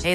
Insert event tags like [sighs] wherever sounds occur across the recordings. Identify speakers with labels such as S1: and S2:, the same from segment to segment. S1: Hey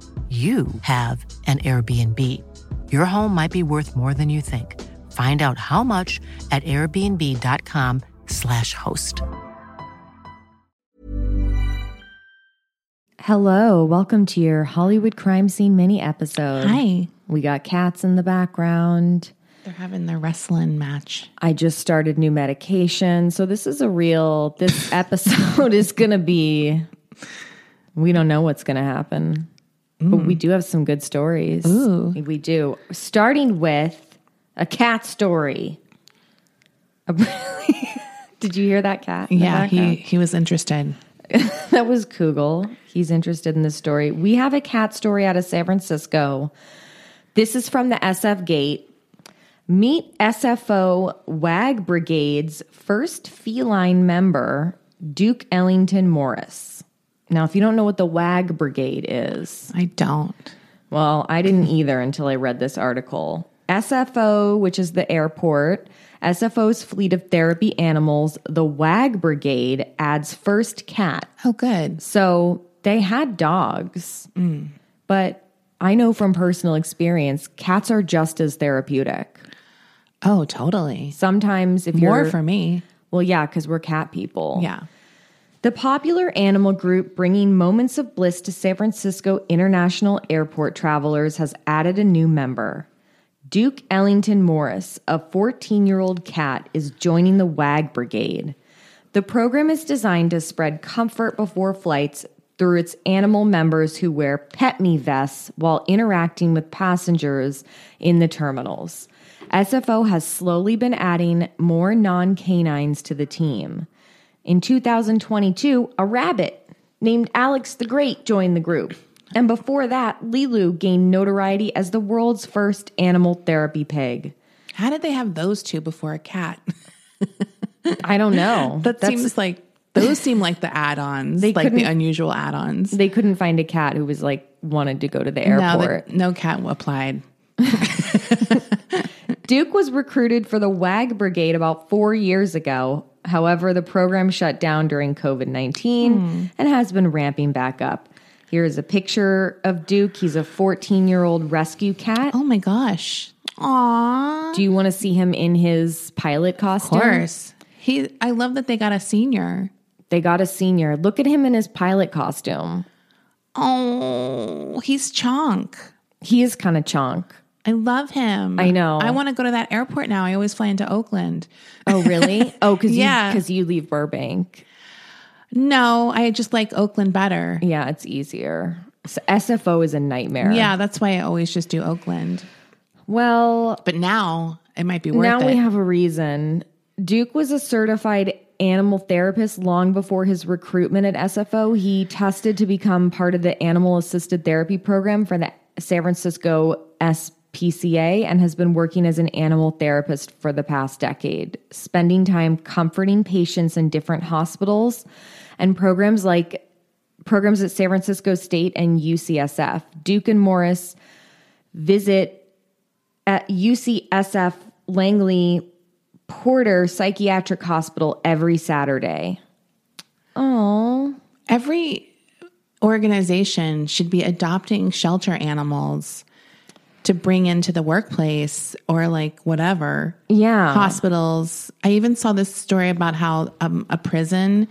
S1: you have an Airbnb. Your home might be worth more than you think. Find out how much at airbnb.com/slash host.
S2: Hello, welcome to your Hollywood crime scene mini episode.
S3: Hi.
S2: We got cats in the background.
S3: They're having their wrestling match.
S2: I just started new medication. So this is a real
S3: [laughs]
S2: this episode is going to be we don't know what's going to happen. But we do have some good stories.
S3: Mm. Ooh.
S2: We do. Starting with a cat story. A [laughs] really- Did you hear that cat? in the
S3: Yeah,
S2: background?
S3: he, he was interested.
S2: That was Kugel. He's interested in this story. We have a cat story out of San Francisco. This is from the SF Gate. Meet SFO Wag Brigade's first feline member, Duke Ellington Morris. Now, if you don't know what the Wag Brigade is,
S3: I don't.
S2: well, I didn't either until I read this article. SFO, which is the airport, SFO's fleet of therapy animals, the Wag Brigade, adds first cat.
S3: Oh, good.
S2: So they had dogs,
S3: Mm.
S2: but I know from personal experience, cats are just as therapeutic.
S3: Oh, totally.
S2: Sometimes, if
S3: More
S2: you're
S3: for me.
S2: well, yeah, because we're cat people.
S3: Yeah.
S2: The popular animal group bringing moments of bliss to San Francisco International Airport travelers has added a new member. Duke Ellington Morris, a 14 year old cat, is joining the WAG Brigade. The program is designed to spread comfort before flights through its animal members who wear pet me vests while interacting with passengers in the terminals. SFO has slowly been adding more non canines to the team. In 2022, a rabbit named Alex the Great joined the group. And before that, Lilu gained notoriety as the world's first animal therapy pig.
S3: How did they have those two before a cat? [laughs]
S2: I don't know.
S3: That
S2: That's-
S3: [laughs] seems like those seem like the add-ons, like the
S2: couldn't-
S3: unusual add-ons.
S2: they couldn't find a cat who was like wanted to go to the
S3: No, the-
S2: airport.
S3: no cat applied.
S2: Duke was recruited for the WAG brigade about 4 years ago. However, the program shut down during COVID-19
S3: Hmm.
S2: and has been ramping back up. Here is a picture of Duke. He's a 14-year-old rescue cat.
S3: Oh my gosh. Aw.
S2: Do you want to see him in his pilot
S3: Of
S2: costume?
S3: course. He I love that they got a senior.
S2: They got a senior. Look at him in his pilot costume.
S3: Oh, he's chonk.
S2: He is kind of chonk.
S3: I love him.
S2: I know.
S3: I want to go to that airport now. I always fly into Oakland.
S2: Oh, really? [laughs] oh, because
S3: Yeah.
S2: because you, leave Burbank.
S3: No, I just like Oakland better.
S2: Yeah, it's easier. So SFO is a nightmare.
S3: Yeah, that's why I always just do Oakland.
S2: Well,
S3: But now it might be worth
S2: now
S3: it.
S2: we have a reason. Duke was a certified animal therapist long before his recruitment at SFO. He tested to become part of the animal assisted therapy program for the San Francisco SPCA and has been working as an animal therapist for the past decade, spending time comforting patients in different hospitals and programs like programs at San Francisco State and UCSF. Duke and Morris visit at UCSF Langley Porter Psychiatric Hospital every Saturday. Oh,
S3: Every organization should be adopting shelter animals to bring into the workplace or like whatever.
S2: Yeah.
S3: Hospitals. I even saw this story about how um, a prison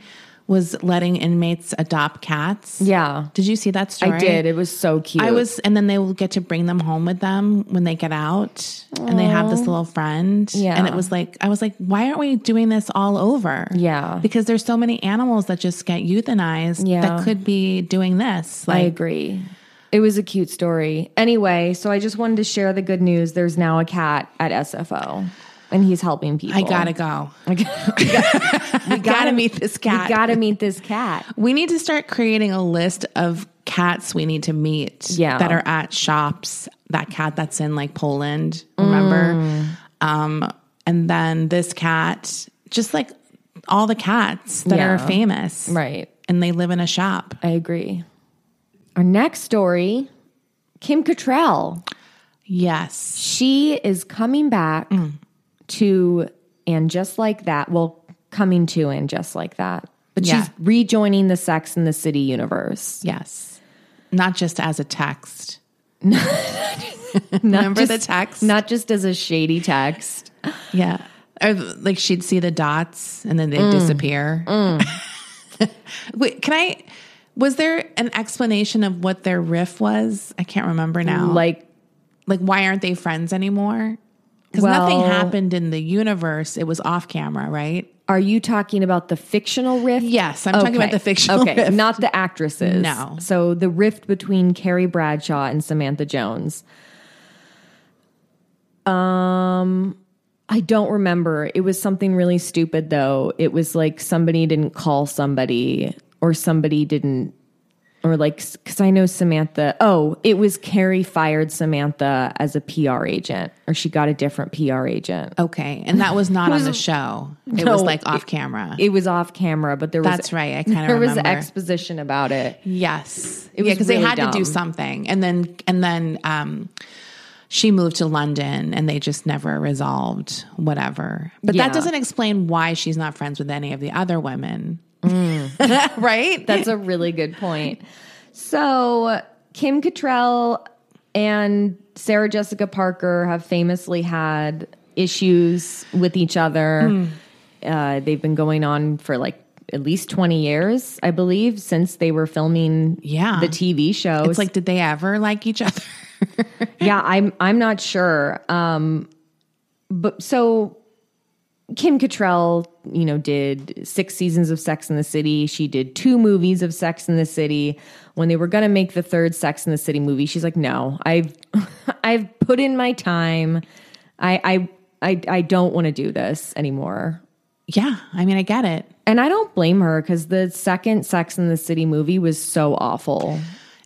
S3: was letting inmates adopt cats.
S2: yeah.
S3: Did you see that story?
S2: I did. It was so cute.
S3: I was, and then they will get to bring them home with them when they get out, and they have this little friend.
S2: Yeah.
S3: and it was like I was like, why aren't we doing this all over?
S2: Yeah.
S3: because there's so many animals that just get euthanized
S2: Yeah.
S3: that could be doing this.
S2: I
S3: Like,
S2: agree. It was a cute story. Anyway, so I just wanted to share the good news. There's now a cat at SFO and he's helping people.
S3: I, gotta go.
S2: we
S3: [laughs] We gotta meet this cat. We,
S2: gotta meet this cat.
S3: need to start creating a list of cats we need to meet
S2: Yeah.
S3: that are at shops that cat that's in like Poland, remember?
S2: Mm.
S3: Um, and then this cat, just like all the cats that
S2: Yeah.
S3: are
S2: [laughs]
S3: famous,
S2: Right.
S3: And they live in a shop.
S2: I agree. Our next story Kim Cattrall.
S3: Yes.
S2: She is coming back
S3: Mm.
S2: to And Just Like That. Well, coming to And Just Like That. But
S3: Yeah.
S2: she's rejoining the Sex and the City universe.
S3: Yes. Not just as a text.
S2: [laughs] Not
S3: Remember the
S2: just-
S3: text?
S2: Not just as a shady text.
S3: Yeah. Or like she'd see the dots and then they'd
S2: Mm.
S3: disappear. [laughs] Wait, can I? Was there an explanation of what their riff was? I can't remember now.
S2: Like,
S3: like why aren't they friends anymore? Because nothing
S2: Well-
S3: happened in the universe. It was off camera, right?
S2: are you talking about the fictional rift?
S3: Yes, I'm talking about the fictional
S2: Okay,
S3: riff.
S2: not the actresses.
S3: No.
S2: So the rift between Carrie Bradshaw and Samantha Jones. Um, I don't remember. It was something really stupid though. It was like somebody didn't call somebody, or somebody didn't, or like because I know Samantha. Oh, it was Carrie fired Samantha as a PR agent, or she got a different PR agent.
S3: Okay, and that was not on the show. It
S2: No,
S3: was like off camera.
S2: It was off camera, but there was
S3: That's right. I kind
S2: there
S3: of
S2: was
S3: remember.
S2: exposition about it.
S3: [laughs] yes,
S2: It
S3: yeah,
S2: was
S3: because they
S2: really
S3: had to
S2: dumb.
S3: do something, and then and then um, she moved to London, and they just never resolved whatever. But
S2: Yeah.
S3: that doesn't explain why she's not friends with any of the other women,
S2: Mm.
S3: [laughs] right?
S2: That's a really good point. So, Kim Cattrall and Sarah Jessica Parker have famously had issues with each other.
S3: Hmm.
S2: Uh, they've been going on for like at least 20 years, I believe, since they were filming
S3: Yeah.
S2: the TV show.
S3: it's like, did they ever like each other? [laughs]
S2: yeah, I'm I'm not sure. Um, but so Kim Cattrall, you know, did six seasons of Sex in the City. She did two movies of Sex in the City. When they were going to make the third Sex in the City movie, she's like, "No, I've [laughs] I've put in my time. I I I, I don't want to do this anymore."
S3: yeah, I mean, I get it.
S2: And I don't blame her because the second Sex in the City movie was so awful.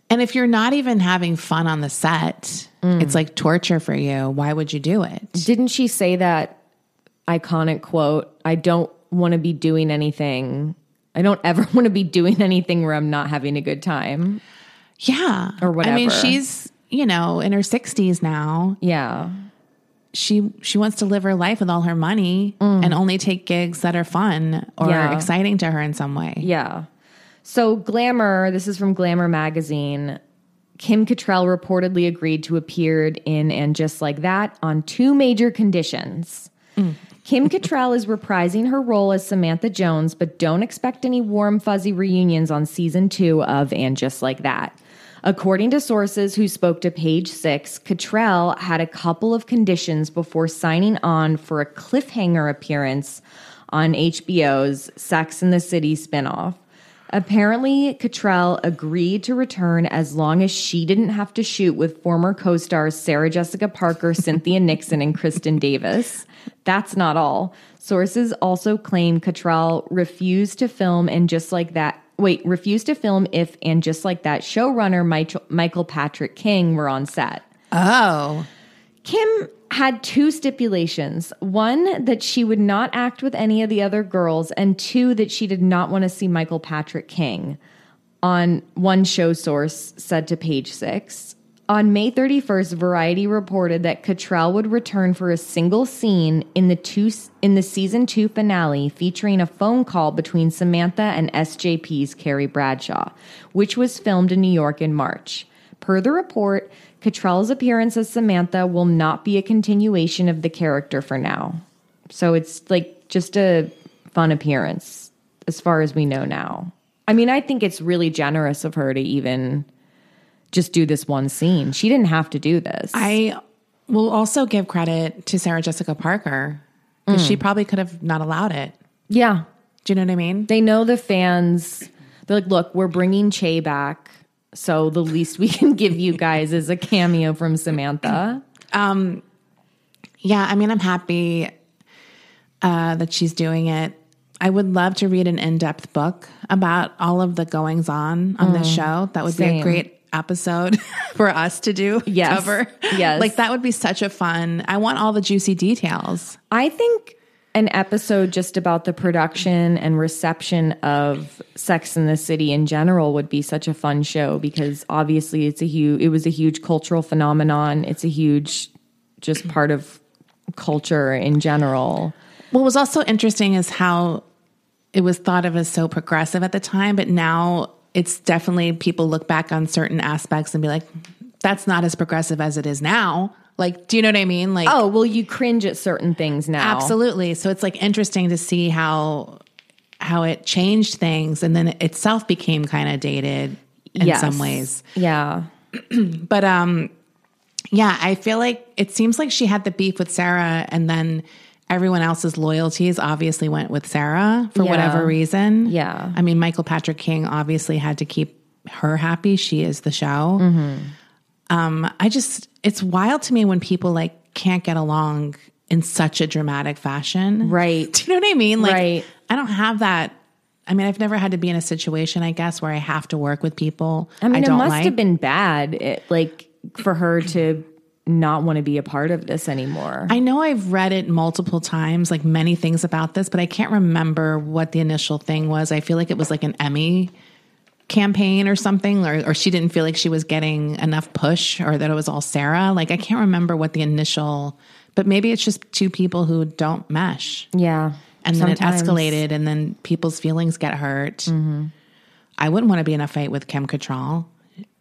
S3: And if you're not even having fun on the set,
S2: Mm.
S3: it's like torture for you. Why would you do it?
S2: Didn't she say that iconic quote? I don't want to be doing anything. I don't ever [laughs] want to be doing anything where I'm not having a good time.
S3: Yeah.
S2: Or
S3: I mean,
S2: whatever.
S3: she's, you know, in her 60s now.
S2: Yeah.
S3: She she wants to live her life with all her money and only take gigs that are fun or
S2: Mm. Yeah.
S3: exciting to her in some way.
S2: Yeah. So, Glamour, this is from Glamour magazine. Kim Cattrall reportedly agreed to appear in And Just Like That on two major conditions. Kim Cattrall is reprising her role as Samantha Jones, but don't expect any warm, fuzzy reunions on season two of And Just Like That. According to sources who spoke to page six, Cattrall had a couple of conditions before signing on for a cliffhanger appearance on HBO's Sex and the City spinoff. Apparently, Cottrell agreed to return as long as she didn't have to shoot with former co stars Sarah Jessica Parker, Cynthia Nixon, and Kristen Davis. That's not all. Sources also claim Cottrell refused to film and just like that. Wait, refused to film if and just like that showrunner Mich- Michael Patrick King were on set.
S3: Oh.
S2: Kim had two stipulations one, that she would not act with any of the other girls, and two, that she did not want to see Michael Patrick King. On one show source said to page six. On May 31st, Variety reported that Cottrell would return for a single scene in the two in the season two finale, featuring a phone call between Samantha and SJP's Carrie Bradshaw, which was filmed in New York in March. Per the report, Cottrell's appearance as Samantha will not be a continuation of the character for now. So it's like just a fun appearance as far as we know now. I mean, I think it's really generous of her to even just do this one scene. She didn't have to do this.
S3: I will also give credit to Sarah Jessica Parker because
S2: Mm.
S3: she probably could have not allowed it.
S2: yeah.
S3: Do you know what I mean?
S2: They know the fans. They're like, look, we're bringing Che back. So the least we can give you guys is a cameo from Samantha.
S3: Yeah, I mean, I'm happy uh, that she's doing it. I would love Mm. to read an in depth book about all of the goings on on this show. That would be
S2: Same.
S3: a great episode [laughs] for us to do
S2: Yes.
S3: cover.
S2: Yes.
S3: Like that would be such a fun. I want all the juicy details.
S2: I think an episode just about the production and reception of Sex in the City in general would be such a fun show because obviously it's a huge it was a huge cultural phenomenon. It's a huge just part of culture in general.
S3: What was also interesting is how it was thought of as so progressive at the time, but now it's definitely people look back on certain aspects and be like, that's not as progressive as it is now. Like, do you know what I mean? Like,
S2: Oh, well you cringe at certain things now.
S3: Absolutely. So it's like interesting to see how how it changed things and then it itself became kind of dated in
S2: Yes.
S3: some ways.
S2: Yeah.
S3: But um yeah, I feel like it seems like she had the beef with Sarah and then everyone else's loyalties obviously went with Sarah for
S2: Yeah.
S3: whatever reason.
S2: Yeah.
S3: I mean, Michael Patrick King obviously had to keep her happy. She is the show.
S2: Mm-hmm.
S3: Um I just it's wild to me when people like can't get along in such a dramatic fashion.
S2: Right.
S3: [laughs] Do you know what I mean? Like,
S2: Right.
S3: I don't have that. I mean, I've never had to be in a situation, I guess, where I have to work with people I,
S2: I mean,
S3: don't
S2: it must
S3: like.
S2: have been bad, it, like for her to not want to be a part of this anymore.
S3: I know I've read it multiple times, like many things about this, but I can't remember what the initial thing was. I feel like it was like an Emmy campaign or something, or, or she didn't feel like she was getting enough push or that it was all Sarah. Like, I can't remember what the initial, but maybe it's just two people who don't mesh.
S2: yeah,
S3: and then
S2: Sometimes.
S3: it escalated, and then people's feelings get hurt. I wouldn't want to be in a fight with Kim Cattrall.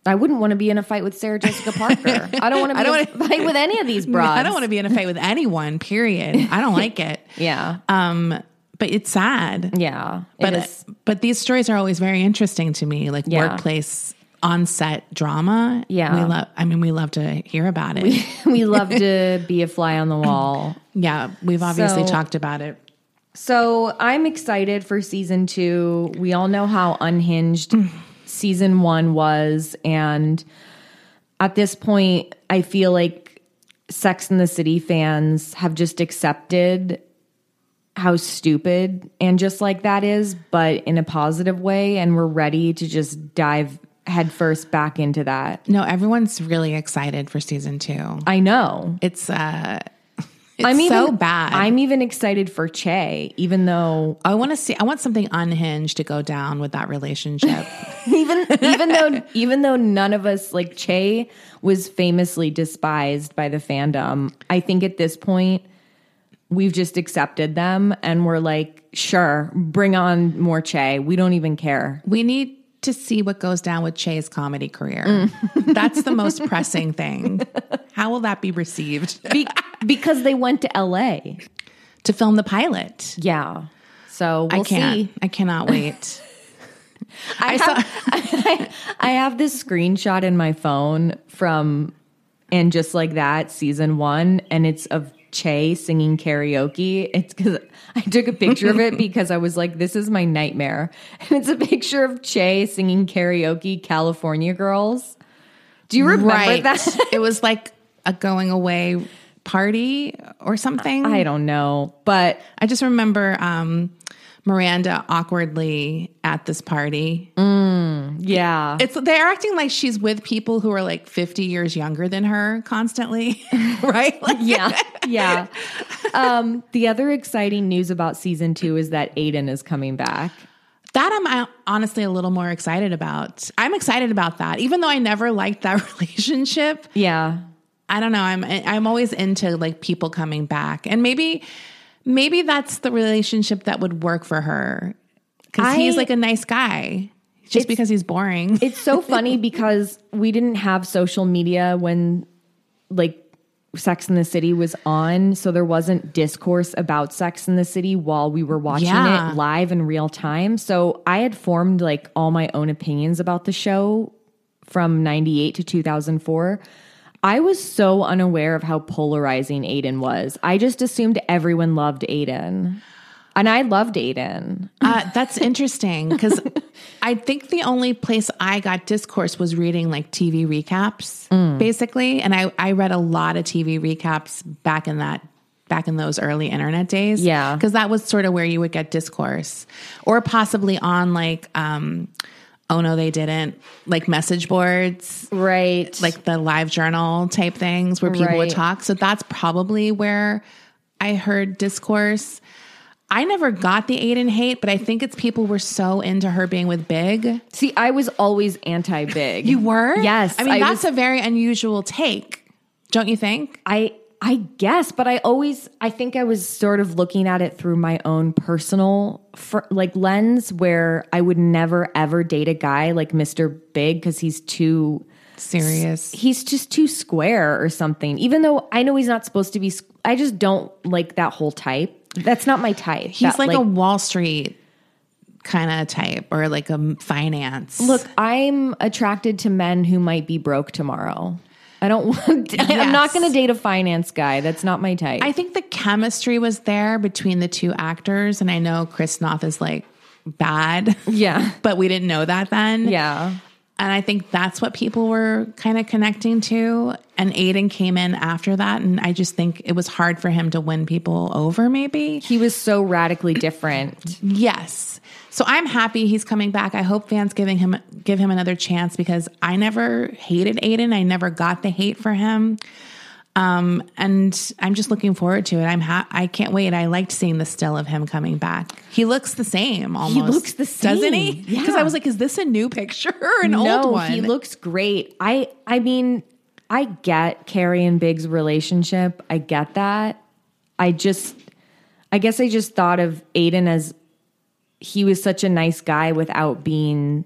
S2: I wouldn't want to be in a fight with Sarah Jessica
S3: [laughs]
S2: Parker. I don't want to be
S3: don't
S2: in a fight with any of
S3: [laughs]
S2: these broads.
S3: I don't want to be in a fight with anyone. Period. I don't like it.
S2: [laughs] Yeah,
S3: Um, but it's sad.
S2: yeah. It
S3: but uh,
S2: is- [laughs]
S3: but these stories are always very interesting to me, like
S2: Yeah.
S3: workplace on set drama.
S2: Yeah.
S3: we love. I mean, we love to hear about it.
S2: we love to be a fly on the wall.
S3: [laughs] yeah, we've obviously
S2: So-
S3: talked about it.
S2: So I'm excited for season two. We all know how
S3: [sighs]
S2: unhinged season one was, and at this point, I feel like Sex and the City fans have just accepted how stupid and just like that is, but in a positive way, and we're ready to just dive headfirst back into that.
S3: No, everyone's really excited for season two.
S2: I know.
S3: It's uh, it's
S2: I'm
S3: so
S2: even,
S3: bad.
S2: I'm even excited for Che, even though
S3: I want to see. I want something unhinged to go down with
S2: [laughs]
S3: that relationship.
S2: even even
S3: [laughs]
S2: though even though none of us like Che was famously despised by the fandom, I think at this point we've just accepted them and we're like, sure, bring on more Che. We don't even care.
S3: we need to see what goes down with Che's comedy career.
S2: Mm.
S3: That's
S2: [laughs]
S3: the most pressing thing. How will that be received?
S2: Be- [laughs] because they went to LA.
S3: To film the pilot,
S2: Yeah. So we'll
S3: I can't.
S2: see.
S3: I cannot wait.
S2: I, have, I have this screenshot in my phone from and just like that season one, and it's of Che singing karaoke. It's because I took a picture of it because I was like, "This is my nightmare." And it's a picture of Che singing karaoke, "California Girls." [laughs] Do you remember that?
S3: [laughs] it was like a going away party or something.
S2: I don't know, but
S3: I just remember um, Miranda awkwardly at this party.
S2: yeah,
S3: It's they're acting like she's with people who are like 50 years younger than her constantly, [laughs] right? Like,
S2: [laughs] yeah, yeah. Um, the other exciting news about season two is that Aiden is coming back.
S3: That I'm uh, honestly a little more excited about. I'm excited about that, even though I never liked that [laughs] relationship.
S2: Yeah,
S3: I don't know. I'm I'm always into like people coming back, and maybe maybe that's the relationship that would work for her because
S2: I-
S3: he's like a nice guy. Just because he's boring, [laughs]
S2: It's so funny because we didn't have social media when like Sex in the City was on, so there wasn't discourse about Sex in the City while we were watching
S3: Yeah.
S2: it live in real time. So I had formed like all my own opinions about the show from 98 to 2004. I was so unaware of how polarizing Aiden was. I just assumed everyone loved Aiden. And I loved Aiden.
S3: uh, that's interesting because I think the only place I got discourse was reading like TV recaps, basically, and I I read a lot of TV recaps back in that back in those early internet days,
S2: Yeah.
S3: because that was sort of where you would get discourse, or possibly on like um, oh no, they didn't, like message boards,
S2: Right.
S3: like the live journal type things where people
S2: Right.
S3: would talk. So that's probably where I heard discourse. I never got the Aiden hate, but I think it's people were so into her being with Big.
S2: see, I was always anti big.
S3: You were?
S2: Yes,
S3: I mean,
S2: I
S3: that's
S2: was-
S3: a very unusual take, don't you think?
S2: I I guess, but I always I think I was sort of looking at it through my own personal fr- like lens where I would never ever date a guy like Mr. Big cuz he's too
S3: Serious.
S2: he's just too square or something. Even though I know he's not supposed to be s- I just don't like that whole type. That's not my type.
S3: He's
S2: That,
S3: like, a Wall Street kind of type or like a finance.
S2: Look, I'm attracted to men who might be broke tomorrow. I don't want [laughs] I'm not
S3: Yes.
S2: going to date a finance guy. That's not my type.
S3: I think the chemistry was there between the two actors. And I know Chris Noth is like bad,
S2: yeah.
S3: [laughs] but we didn't know that then.
S2: Yeah.
S3: And I think that's what people were kind of connecting to. And Aiden came in after that. And I just think it was hard for him to win people over, maybe.
S2: He was so radically different.
S3: Yes. So I'm happy he's coming back. I hope fans giving him give him another chance because I never hated Aiden. I never got the hate for him. Um, and I'm just looking forward to it. I'm ha- I can't wait. I liked seeing the still of him coming back. He looks the same almost.
S2: looks the same.
S3: Doesn't he?
S2: Yeah.
S3: Because I was like, is this a new picture or an
S2: no,
S3: old one?
S2: he looks great. I I mean, I get Carrie and Big's relationship. I get that. I just I guess I just thought of Aiden as he was such a nice guy without being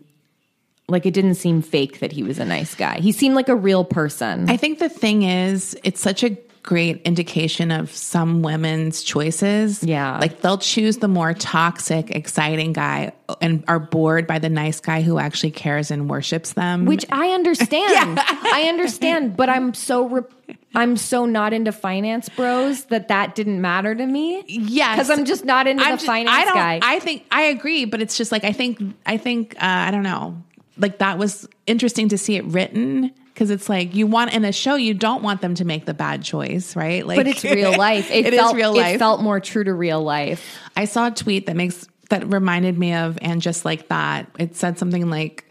S2: like it didn't seem fake that he was a nice guy. He seemed like a real person.
S3: I think the thing is, it's such a great indication of some women's choices.
S2: Yeah.
S3: Like they'll choose the more toxic, exciting guy and are bored by the nice guy who actually cares and worships them. [laughs]
S2: which I understand. I understand, but I'm so re- I'm so not into finance bros that that didn't matter to me.
S3: Yes.
S2: because I'm just not into
S3: I'm
S2: the
S3: just-
S2: finance
S3: I don't,
S2: guy.
S3: I think, I agree, but it's just like, I think, I think, uh, I don't know. Like that was interesting to see it written because it's like you want in a show, you don't want them to make the bad choice, right? Like,
S2: but it's real
S3: [laughs]
S2: life. It,
S3: It is
S2: felt,
S3: real
S2: It
S3: life.
S2: felt more true to real life.
S3: I saw a tweet that makes that reminded me of and just like that. It said something like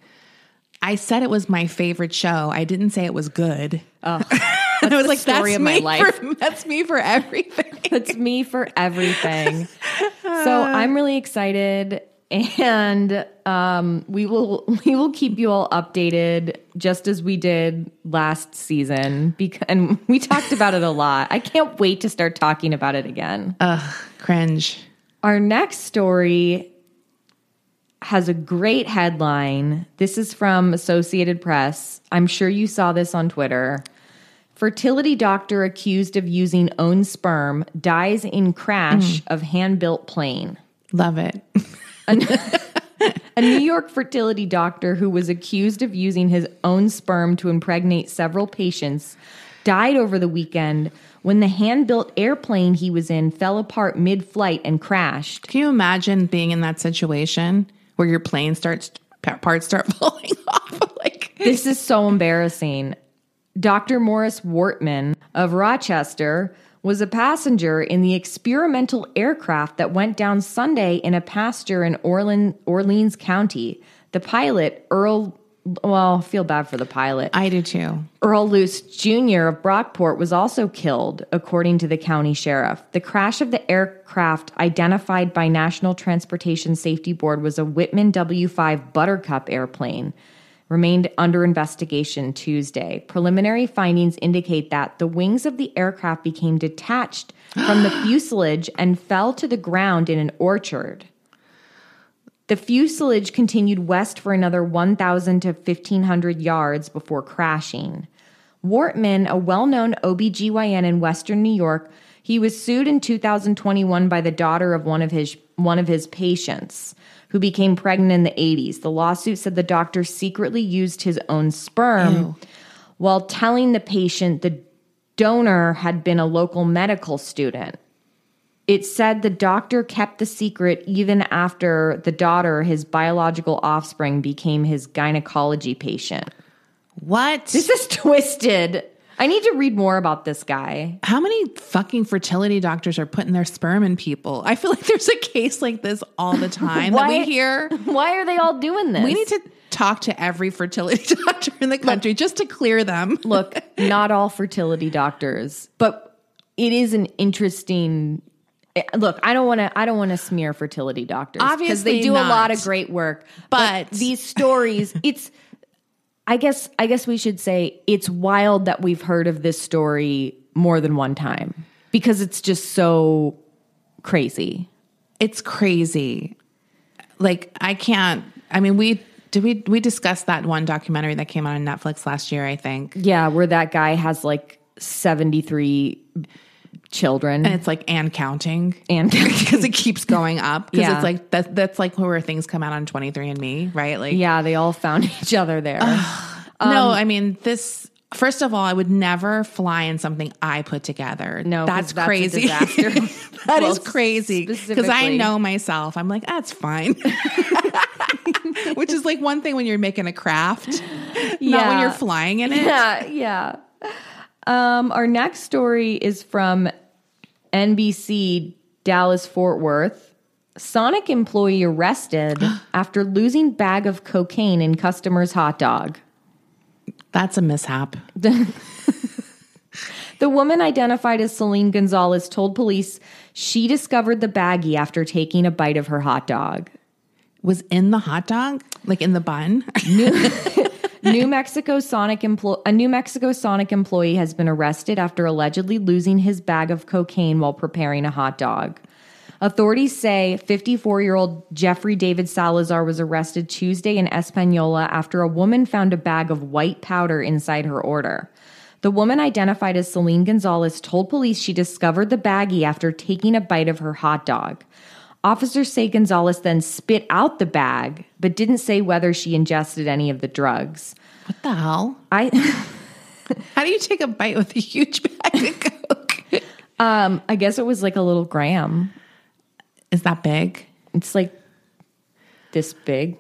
S3: I said it was my favorite show. I didn't say it was good. [laughs] and I was
S2: the
S3: like,
S2: story
S3: that's
S2: of my
S3: me
S2: life."
S3: For, [laughs] that's me for everything.
S2: That's me for everything.
S3: [laughs]
S2: so I'm really excited, and um, we will we will keep you all updated just as we did last season. Because and we talked about it a lot. I can't wait to start talking about it again.
S3: Cringe.
S2: Our next story has a great headline. This is from Associated Press. I'm sure you saw this on Twitter. Fertility doctor accused of using own sperm dies in crash of hand built plane.
S3: Love it.
S2: [laughs] A New York fertility doctor who was accused of using his own sperm to impregnate several patients died over the weekend when the hand built airplane he was in fell apart mid flight and crashed.
S3: Can you imagine being in that situation where your plane starts pa- parts start [laughs] falling off? like
S2: This is so embarrassing. Dr. Morris Wortman of Rochester was a passenger in the experimental aircraft that went down Sunday in a pasture in Orlean, Orleans County. The pilot, Earl, well, I feel bad for the pilot.
S3: I do too.
S2: Earl Luce Jr. of Brockport was also killed, according to the county sheriff. The crash of the aircraft identified by National Transportation Safety Board was a Whitman W 5 Buttercup airplane, remained under investigation Tuesday. Preliminary findings indicate that the wings of the aircraft became detached from the fuselage and fell to the ground in an orchard. The fuselage continued west for another 1,000 to 1,500 yards before crashing. Wortman, a well known OBGYN in Western New York, he was sued in 2021 by the daughter of one of his, one of his patients who became pregnant in the 80s. The lawsuit said the doctor secretly used his own sperm while telling the patient the donor had been a local medical student. It said the doctor kept the secret even after the daughter, his biological offspring, became his gynecology patient.
S3: What?
S2: This is [laughs] twisted. I need to read more about this guy.
S3: How many fucking fertility doctors are putting their sperm in people? I feel like there's a case like this all the time
S2: [laughs]
S3: that
S2: Why-
S3: we hear.
S2: Why are they all doing this?
S3: We need to talked to every fertility [laughs] doctor in the country just to clear them.
S2: Look, not all fertility doctors, but it is an interesting eh, look, I don't want to I don't want to smear fertility doctors because
S3: Obviously
S2: they do a lot
S3: not.
S2: of great work.
S3: But-
S2: these stories, [laughs] it's I guess I guess we should say it's wild that we've heard of this story more than one time because it's just so crazy.
S3: It's crazy. Like I can't. I mean, we did we we discussed that one documentary that came out on Netflix last year. I think
S2: Yeah, where that guy has like 73 children
S3: and it's like and counting. [laughs]
S2: and [laughs]
S3: because it keeps going up. Because
S2: Yeah.
S3: it's like that, that's like where things come out on 23andMe, right? Like,
S2: yeah, they all found each other there.
S3: no, I mean, this, first of all, I would never fly in something I put together.
S2: No, 'cause
S3: that's
S2: that's a [laughs]
S3: crazy. [laughs]
S2: disaster.
S3: That
S2: Well,
S3: is crazy because I
S2: specifically.
S3: know myself. I'm like, that's fine. [laughs] Which is like one thing when you're making a craft, not when
S2: Yeah.
S3: you're flying in it.
S2: yeah, yeah. Um, our next story is from NBC Dallas Fort Worth. Sonic employee [gasps] arrested after losing bag of cocaine in customer's hot dog.
S3: That's a mishap.
S2: The woman identified as Celine Gonzalez told police she discovered the baggie after taking a bite of her hot dog.
S3: Was in the hot dog, like in the bun. [laughs]
S2: New Mexico Sonic emplo- a New Mexico Sonic employee has been arrested after allegedly losing his bag of cocaine while preparing a hot dog. Authorities say 54-year-old Jeffrey David Salazar was arrested Tuesday in Espanola after a woman found a bag of white powder inside her order. The woman identified as Celine Gonzalez told police she discovered the baggie after taking a bite of her hot dog. Officers say Gonzalez then spit out the bag, but didn't say whether she ingested any of the drugs.
S3: what the hell?
S2: I [laughs]
S3: How do you take a bite with a huge [laughs] bag of Coke?
S2: um I guess it was like a little gram.
S3: Is that big?
S2: It's like this big.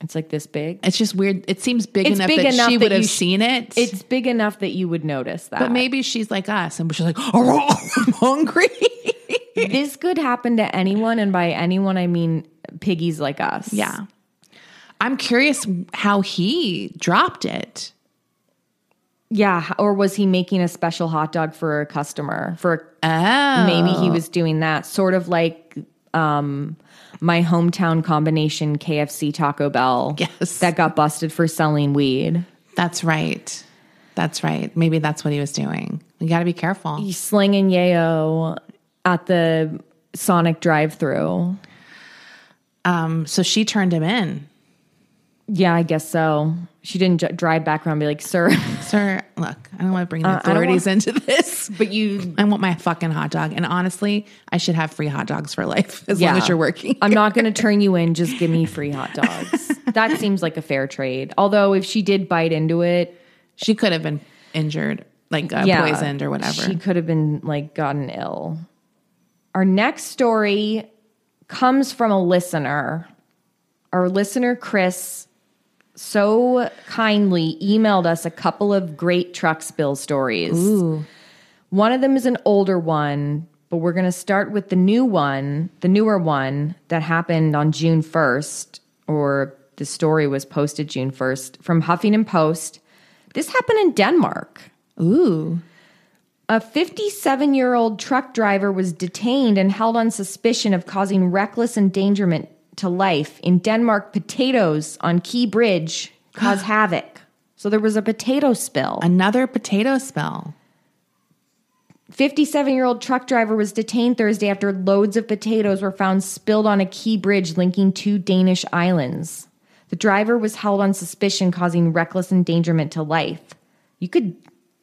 S2: It's like this big.
S3: It's just weird. It seems big
S2: It's
S3: enough
S2: big
S3: that
S2: enough
S3: she
S2: that
S3: would have
S2: you sh-
S3: seen it.
S2: It's big enough that you would notice that.
S3: but maybe she's like us, and she's like, [laughs] "Oh,
S2: [laughs]
S3: I'm hungry."
S2: this could happen to anyone, and by anyone I mean piggies like us.
S3: yeah, I'm curious how he dropped it.
S2: Yeah. Or was he making a special hot dog for a customer? For
S3: Oh,
S2: maybe he was doing that. Sort of like um my hometown combination KFC Taco Bell.
S3: Yes.
S2: That got busted for selling weed.
S3: that's right. That's right. Maybe that's what he was doing. We got to be careful.
S2: slinging yayo at the Sonic drive-through.
S3: Um, so she turned him in,
S2: Yeah, I guess so. She didn't j- drive back around and be like, "Sir, [laughs] Uh,
S3: sir. Look, I don't want to bring the
S2: I don't
S3: authorities into this.
S2: but you,
S3: I want my fucking hot dog, and honestly, I should have free hot dogs for life [laughs] as
S2: yeah, Uh,
S3: long as you're working.
S2: I'm not going to turn you in. Just give me free hot dogs." that seems like a fair trade. Although, if she did bite into it,
S3: She could have been injured, like uh,
S2: yeah,
S3: poisoned or whatever.
S2: she could have been like gotten ill. Our next story comes from a listener. Our listener Chris so kindly emailed us a couple of great truck spill stories. One of them is an older one, but we're going to start with the new one, the newer one that happened on June 1st, or the story was posted June 1st from Huffington Post. This happened in Denmark.
S3: Ooh.
S2: A 57 year old truck driver was detained and held on suspicion of causing reckless endangerment to life in Denmark. Potatoes on Key Bridge cause havoc. So there was a potato spill.
S3: Another potato spill.
S2: 57 year old truck driver was detained Thursday after loads of potatoes were found spilled on a key bridge linking two Danish islands. The driver was held on suspicion causing reckless endangerment to life. You could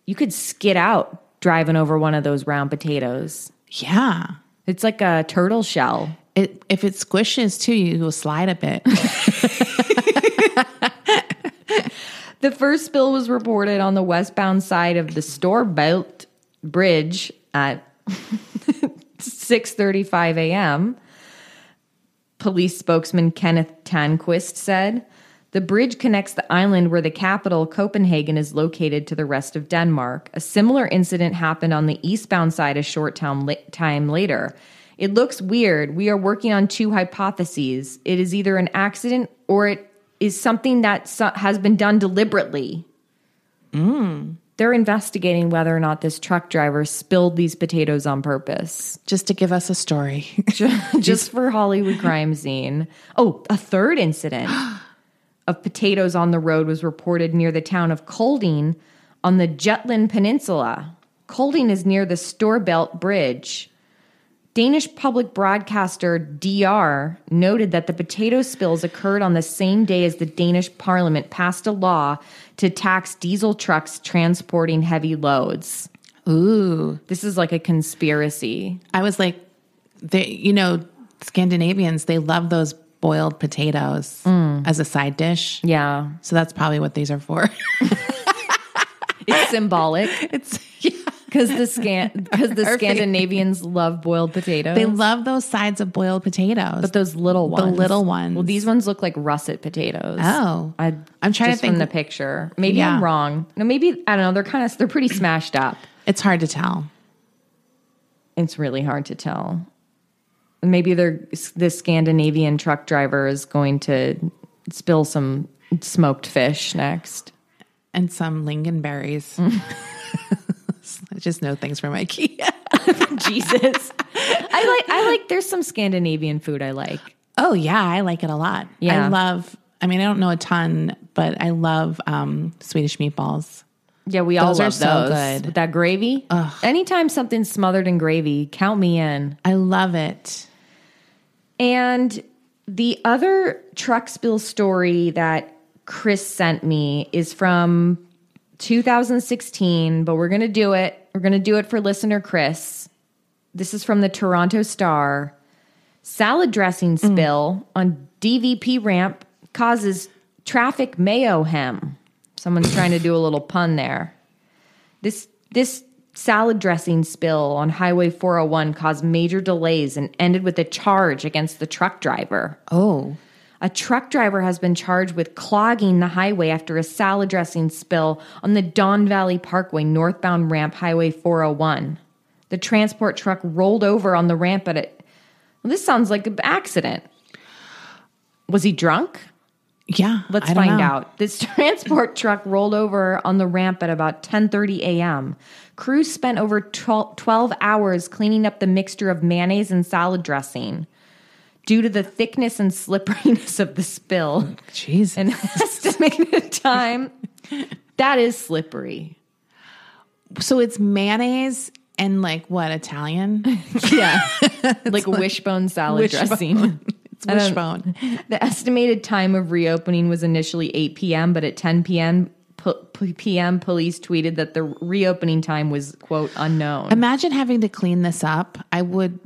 S2: you could skid out driving over one of those round potatoes.
S3: Yeah.
S2: It's like a turtle shell.
S3: It, if it squishes too, you will slide
S2: [laughs]
S3: a bit.
S2: The first spill was reported on the westbound side of the Storebelt Bridge at [laughs] 6:35 a.m. Police spokesman Kenneth Tanquist said, "The bridge connects the island where the capital Copenhagen is located to the rest of Denmark. A similar incident happened on the eastbound side a short time, la- time later. It looks weird. We are working on two hypotheses. It is either an accident or it is something that so- has been done deliberately. They're investigating whether or not this truck driver spilled these potatoes on purpose,
S3: Just to give us a story.
S2: just for Hollywood crime scene. Oh, a third [gasps] incident of potatoes on the road was reported near the town of Colding on the Jutland Peninsula. Colding is near the Storbelt Bridge. Danish public broadcaster DR noted that the potato spills occurred on the same day as the Danish parliament passed a law to tax diesel trucks transporting heavy loads.
S3: Ooh.
S2: This is like a conspiracy.
S3: I was like, they, you know, Scandinavians, they love those boiled potatoes
S2: Mm.
S3: as a side dish.
S2: Yeah.
S3: So that's probably what these are for. [laughs]
S2: It's symbolic
S3: it's
S2: because the scan because the Scandinavians love boiled potatoes.
S3: They love those sides of boiled potatoes.
S2: But those little
S3: the
S2: ones.
S3: little ones.
S2: Well, these ones look like russet potatoes.
S3: Oh.
S2: I,
S3: I'm trying to
S2: just from
S3: think-
S2: the picture. Maybe I'm
S3: Yeah.
S2: wrong. No, maybe I don't know. They're kind of they're pretty smashed up.
S3: it's hard to tell.
S2: It's really hard to tell. Maybe they're the Scandinavian truck driver is going to spill some smoked fish
S3: [laughs]
S2: next.
S3: And some
S2: Mm. [laughs]
S3: lingonberries. [laughs] I just know things from IKEA.
S2: Jesus, [laughs] I like I like. There's some Scandinavian food I like.
S3: Oh yeah, I like it a lot.
S2: Yeah.
S3: I love I mean, I don't know a ton, but I love um, Swedish meatballs.
S2: Yeah, we all
S3: Those are
S2: love
S3: so
S2: those
S3: good.
S2: with that gravy. Anytime something's smothered in gravy, count me in.
S3: I love it.
S2: And the other truck spill story that Chris sent me is from 2016, but we're going to do it. We're going to do it for listener Chris. This is from the Toronto Star. Salad dressing
S3: Mm.
S2: spill on DVP ramp causes traffic mayhem. Someone's trying to do a little pun there. This this salad dressing spill on Highway 401 caused major delays and ended with a charge against the truck driver.
S3: Oh.
S2: A truck driver has been charged with clogging the highway after a salad dressing spill on the Don Valley Parkway northbound ramp Highway 401. The transport truck rolled over on the ramp at it. Well, this sounds like an accident. Was he drunk?
S3: Yeah.
S2: Let's
S3: I don't
S2: find
S3: know.
S2: out. This [laughs] transport truck rolled over on the ramp at about 10:30 a.m. Crews spent over 12, 12 hours cleaning up the mixture of mayonnaise and salad dressing due to the thickness and slipperiness of the
S3: [laughs]
S2: spill.
S3: Jesus.
S2: An estimated time that is slippery.
S3: so it's mayonnaise and like
S2: [laughs]
S3: what, Italian?
S2: Yeah. like wishbone salad
S3: Wishbone.
S2: dressing.
S3: It's wishbone.
S2: The estimated time of reopening was initially 8 p.m., but at 10 p.m., po- p- p.m. police tweeted that the reopening time was quote unknown.
S3: Imagine having to clean this up. I would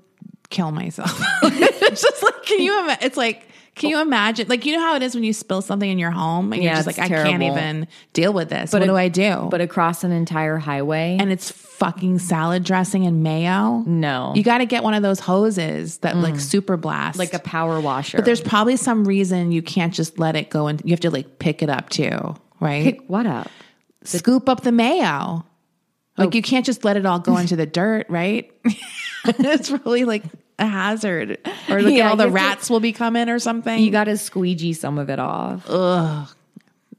S3: kill myself. [laughs] it's just like, can you? Ima- it's like, can you imagine? Like, you know how it is when you spill something in your home and
S2: Yeah,
S3: you're just
S2: it's
S3: like, I can't
S2: terrible.
S3: even deal with this. what do I do?
S2: But across an entire highway,
S3: and it's fucking salad dressing and mayo.
S2: No. Mm.
S3: you got to get one of those hoses that like super blast.
S2: like a power washer.
S3: But there's probably some reason you can't just let it go, and you have to like pick it up too, right?
S2: pick what up?
S3: Scoop up the mayo. Like
S2: Oh.
S3: you can't just let it all go into the dirt, right? [laughs] it's really like a hazard. Or look
S2: Yeah,
S3: at all
S2: you
S3: the
S2: have to-
S3: rats will be coming or something.
S2: You got to squeegee some of it off.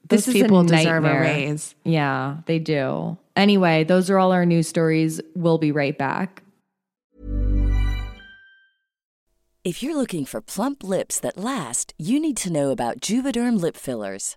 S3: These
S2: this is a
S3: people deserve a
S2: nightmare.
S3: raise.
S2: Yeah, they do. Anyway, those are all our news stories. We'll be right back.
S4: If you're looking for plump lips that last, you need to know about Juvederm lip fillers.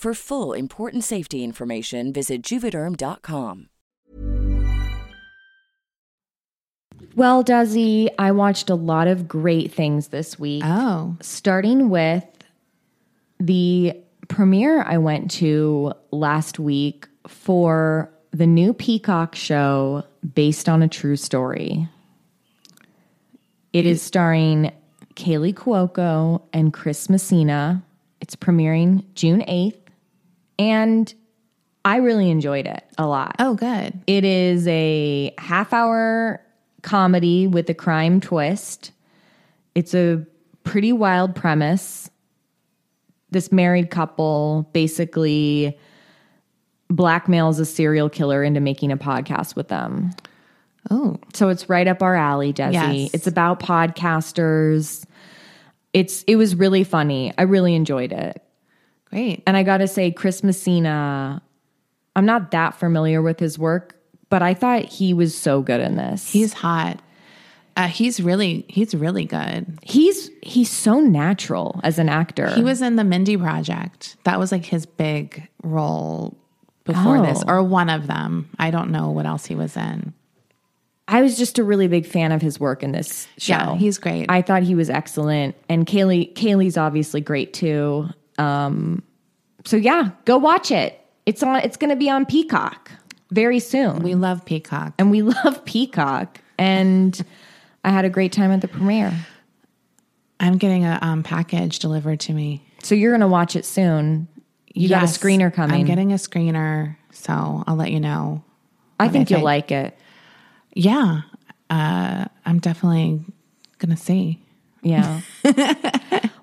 S4: For full important safety information, visit juvederm.com.
S2: Well, Desi, I watched a lot of great things this week.
S3: Oh,
S2: starting with the premiere I went to last week for the new Peacock show based on a true story. It is starring Kaylee Cuoco and Chris Messina. It's premiering June 8th, and I really enjoyed it a lot.
S3: oh, good.
S2: It is a half hour comedy with a crime twist. It's a pretty wild premise. This married couple basically blackmails a serial killer into making a podcast with them.
S3: Oh,
S2: So it's right up our alley, Desi.
S3: Yes.
S2: It's about podcasters. It's it was really funny. I really enjoyed it.
S3: great.
S2: And I got to say, Chris Messina, I'm not that familiar with his work, but I thought he was so good in this.
S3: He's hot. Uh, he's really he's really good.
S2: he's he's so natural as an actor.
S3: He was in the Mindy Project. That was like his big role before this,
S2: Oh.
S3: or one of them. I don't know what else he was in.
S2: I was just a really big fan of his work in this show.
S3: Yeah, he's great.
S2: I thought he was excellent, and Kaylee Kaylee's obviously great too. Um, so yeah, go watch it. It's on. It's going to be on Peacock very soon,
S3: we love Peacock.
S2: and we [laughs] love Peacock. And I had a great time at the premiere.
S3: I'm getting a um, package delivered to me.
S2: So you're going to watch it soon. You got a
S3: Yes,
S2: screener coming.
S3: I'm getting a screener, so I'll let you know.
S2: I think
S3: I
S2: you'll
S3: think.
S2: like it.
S3: Yeah, uh, I'm definitely gonna see. [laughs]
S2: Yeah.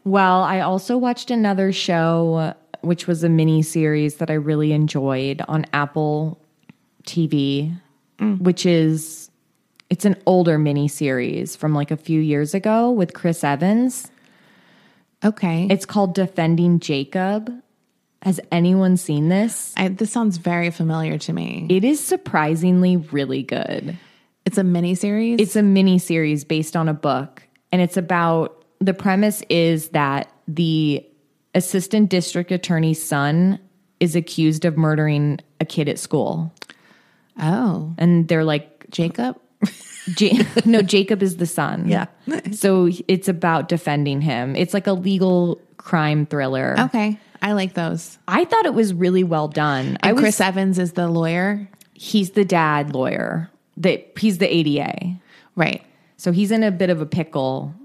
S2: well, I also watched another show, which was a mini series that I really enjoyed on Apple TV,
S3: Mm.
S2: which is it's an older mini series from like a few years ago with Chris Evans.
S3: Okay,
S2: It's called Defending Jacob. Has anyone seen this?
S3: I, this sounds very familiar to me.
S2: It is surprisingly really good.
S3: It's a mini series.
S2: It's a mini series based on a book, and it's about the premise is that the assistant district attorney's son is accused of murdering a kid at school,
S3: oh
S2: and they're like,
S3: Jacob.
S2: Ja- [laughs] "No, Jacob is the son." Yeah, [laughs] so it's about defending him. It's like a legal crime thriller.
S3: Okay, I like those.
S2: I thought it was really well done. I
S3: And
S2: was,
S3: Chris Evans is the lawyer,
S2: he's the dad lawyer. That he's the ADA,
S3: right?
S2: so he's in a bit of a pickle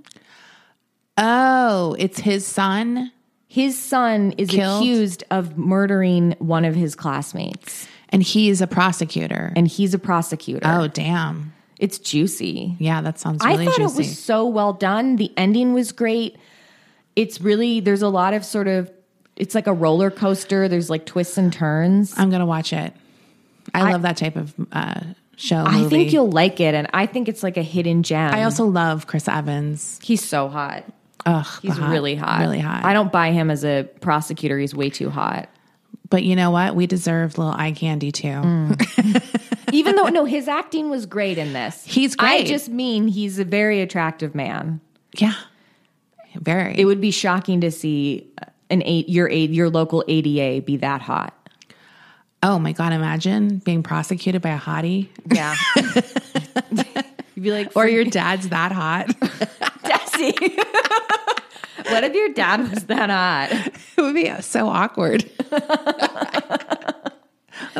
S3: Oh, it's his son,
S2: His son is
S3: Killed?
S2: accused of murdering one of his classmates,
S3: and he's a prosecutor.
S2: and he's a prosecutor.
S3: oh, damn.
S2: It's juicy.
S3: Yeah, that sounds really
S2: I thought
S3: juicy.
S2: it was so well done. The ending was great. It's really, there's a lot of sort of, it's like a roller coaster. There's like twists and turns.
S3: I'm gonna watch it. I, love that type of uh, show.
S2: I
S3: movie.
S2: think you'll like it, and I think it's like a hidden gem.
S3: I also love Chris Evans.
S2: he's so hot.
S3: Ugh,
S2: He's
S3: the hot-
S2: really hot.
S3: really hot.
S2: I don't buy him as a prosecutor. He's way too hot.
S3: But you know what? We deserve little eye candy too.
S2: Mm. Even though no, his acting was great in this.
S3: [laughs] He's
S2: I
S3: great.
S2: just mean he's a very attractive man.
S3: Yeah, very.
S2: It would be shocking to see an eight your eight your local ADA be that hot.
S3: oh my god! Imagine being prosecuted by a hottie,
S2: Yeah. You'd be like, [laughs]
S3: or
S2: or
S3: your dad's that hot.
S2: Desi. [laughs] what if your dad was that hot?
S3: [laughs] it would be
S2: [laughs]
S3: so awkward. and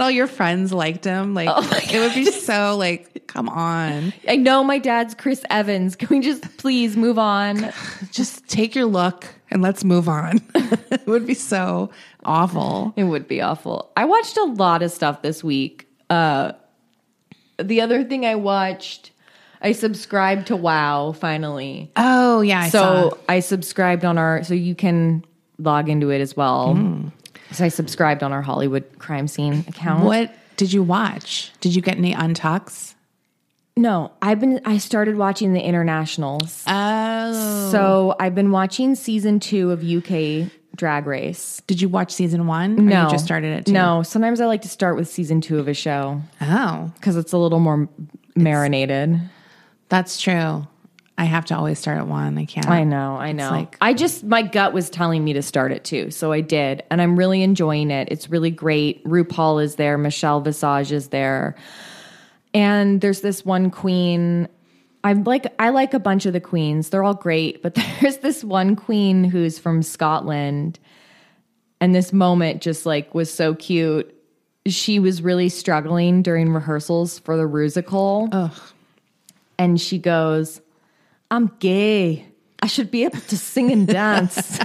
S3: all your friends liked him.
S2: Oh
S3: Like it would be so like, come on,
S2: I know my dad's Chris Evans. Can we just please move on?
S3: just take your look and let's move on. [laughs] it would be so awful.
S2: It would be awful. I watched a lot of stuff this week. Uh, the other thing I watched, I subscribed to Wow finally.
S3: Oh yeah, I saw.
S2: so I subscribed on our so you can log into it as well. So I subscribed on our Hollywood crime scene account.
S3: What did you watch? Did you get any untucks?
S2: No, I've been I started watching the internationals. Uh,
S3: Oh.
S2: So I've been watching season 2 of UK Drag Race.
S3: Did you watch season one? Or
S2: No.
S3: you just started it too?
S2: No, sometimes I like to start with season 2 of a show
S3: Oh,
S2: cuz it's a little more marinated.
S3: that's true. I I have to always start at one. I can't.
S2: I know, I know.
S3: like-
S2: I just my gut was telling me to start it too, so I did, and I'm really enjoying it. It's really great. RuPaul is there, Michelle Visage is there, and there's this one queen. I'm like I like a bunch of the queens. They're all great, but [laughs] there's this one queen who's from Scotland, and this moment just like was so cute. She was really struggling during rehearsals for the Rusical. And she goes, I'm gay. I should be able to sing and
S3: [laughs]
S2: dance.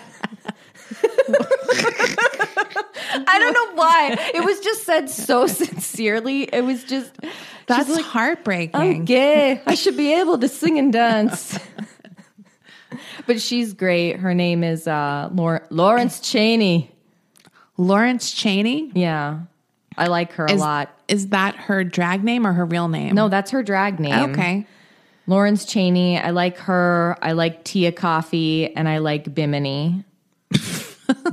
S2: I don't know why. It was just said so [laughs] sincerely. It was just,
S3: That's
S2: like,
S3: heartbreaking.
S2: I'm gay. I should be able to sing and
S3: [laughs]
S2: dance. but she's great. Her name is uh, Laur- Lawrence Cheney.
S3: Lawrence Cheney
S2: "Oh." Yeah. I like her a
S3: is,
S2: lot.
S3: is that her drag name or her real name?
S2: No, that's her drag name.
S3: Okay.
S2: [laughs] Lawrence Cheney. I like her. I like Tia Coffee, and I like
S3: [laughs]
S2: Bimini.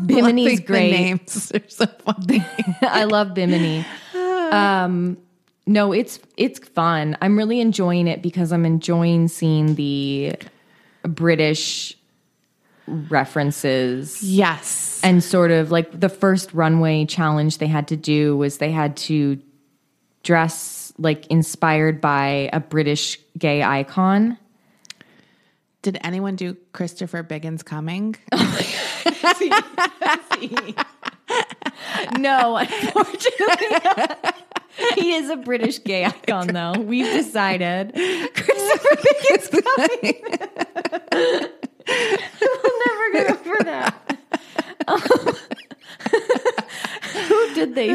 S2: Bimini's
S3: Like,
S2: great.
S3: The names [laughs] are so
S2: [laughs]
S3: funny.
S2: I love Bimini. Um, no, it's it's fun. I'm really enjoying it because I'm enjoying seeing the British references
S3: yes.
S2: and sort of like the first runway challenge they had to do was they had to dress like inspired by a British gay icon.
S3: Did anyone do Christopher Biggins coming?
S2: No, [laughs] unfortunately. not. he is a British gay icon, though. We've decided. Christopher Pickett's coming. We'll never
S3: [laughs]
S2: get over that. Um, [laughs] who did they?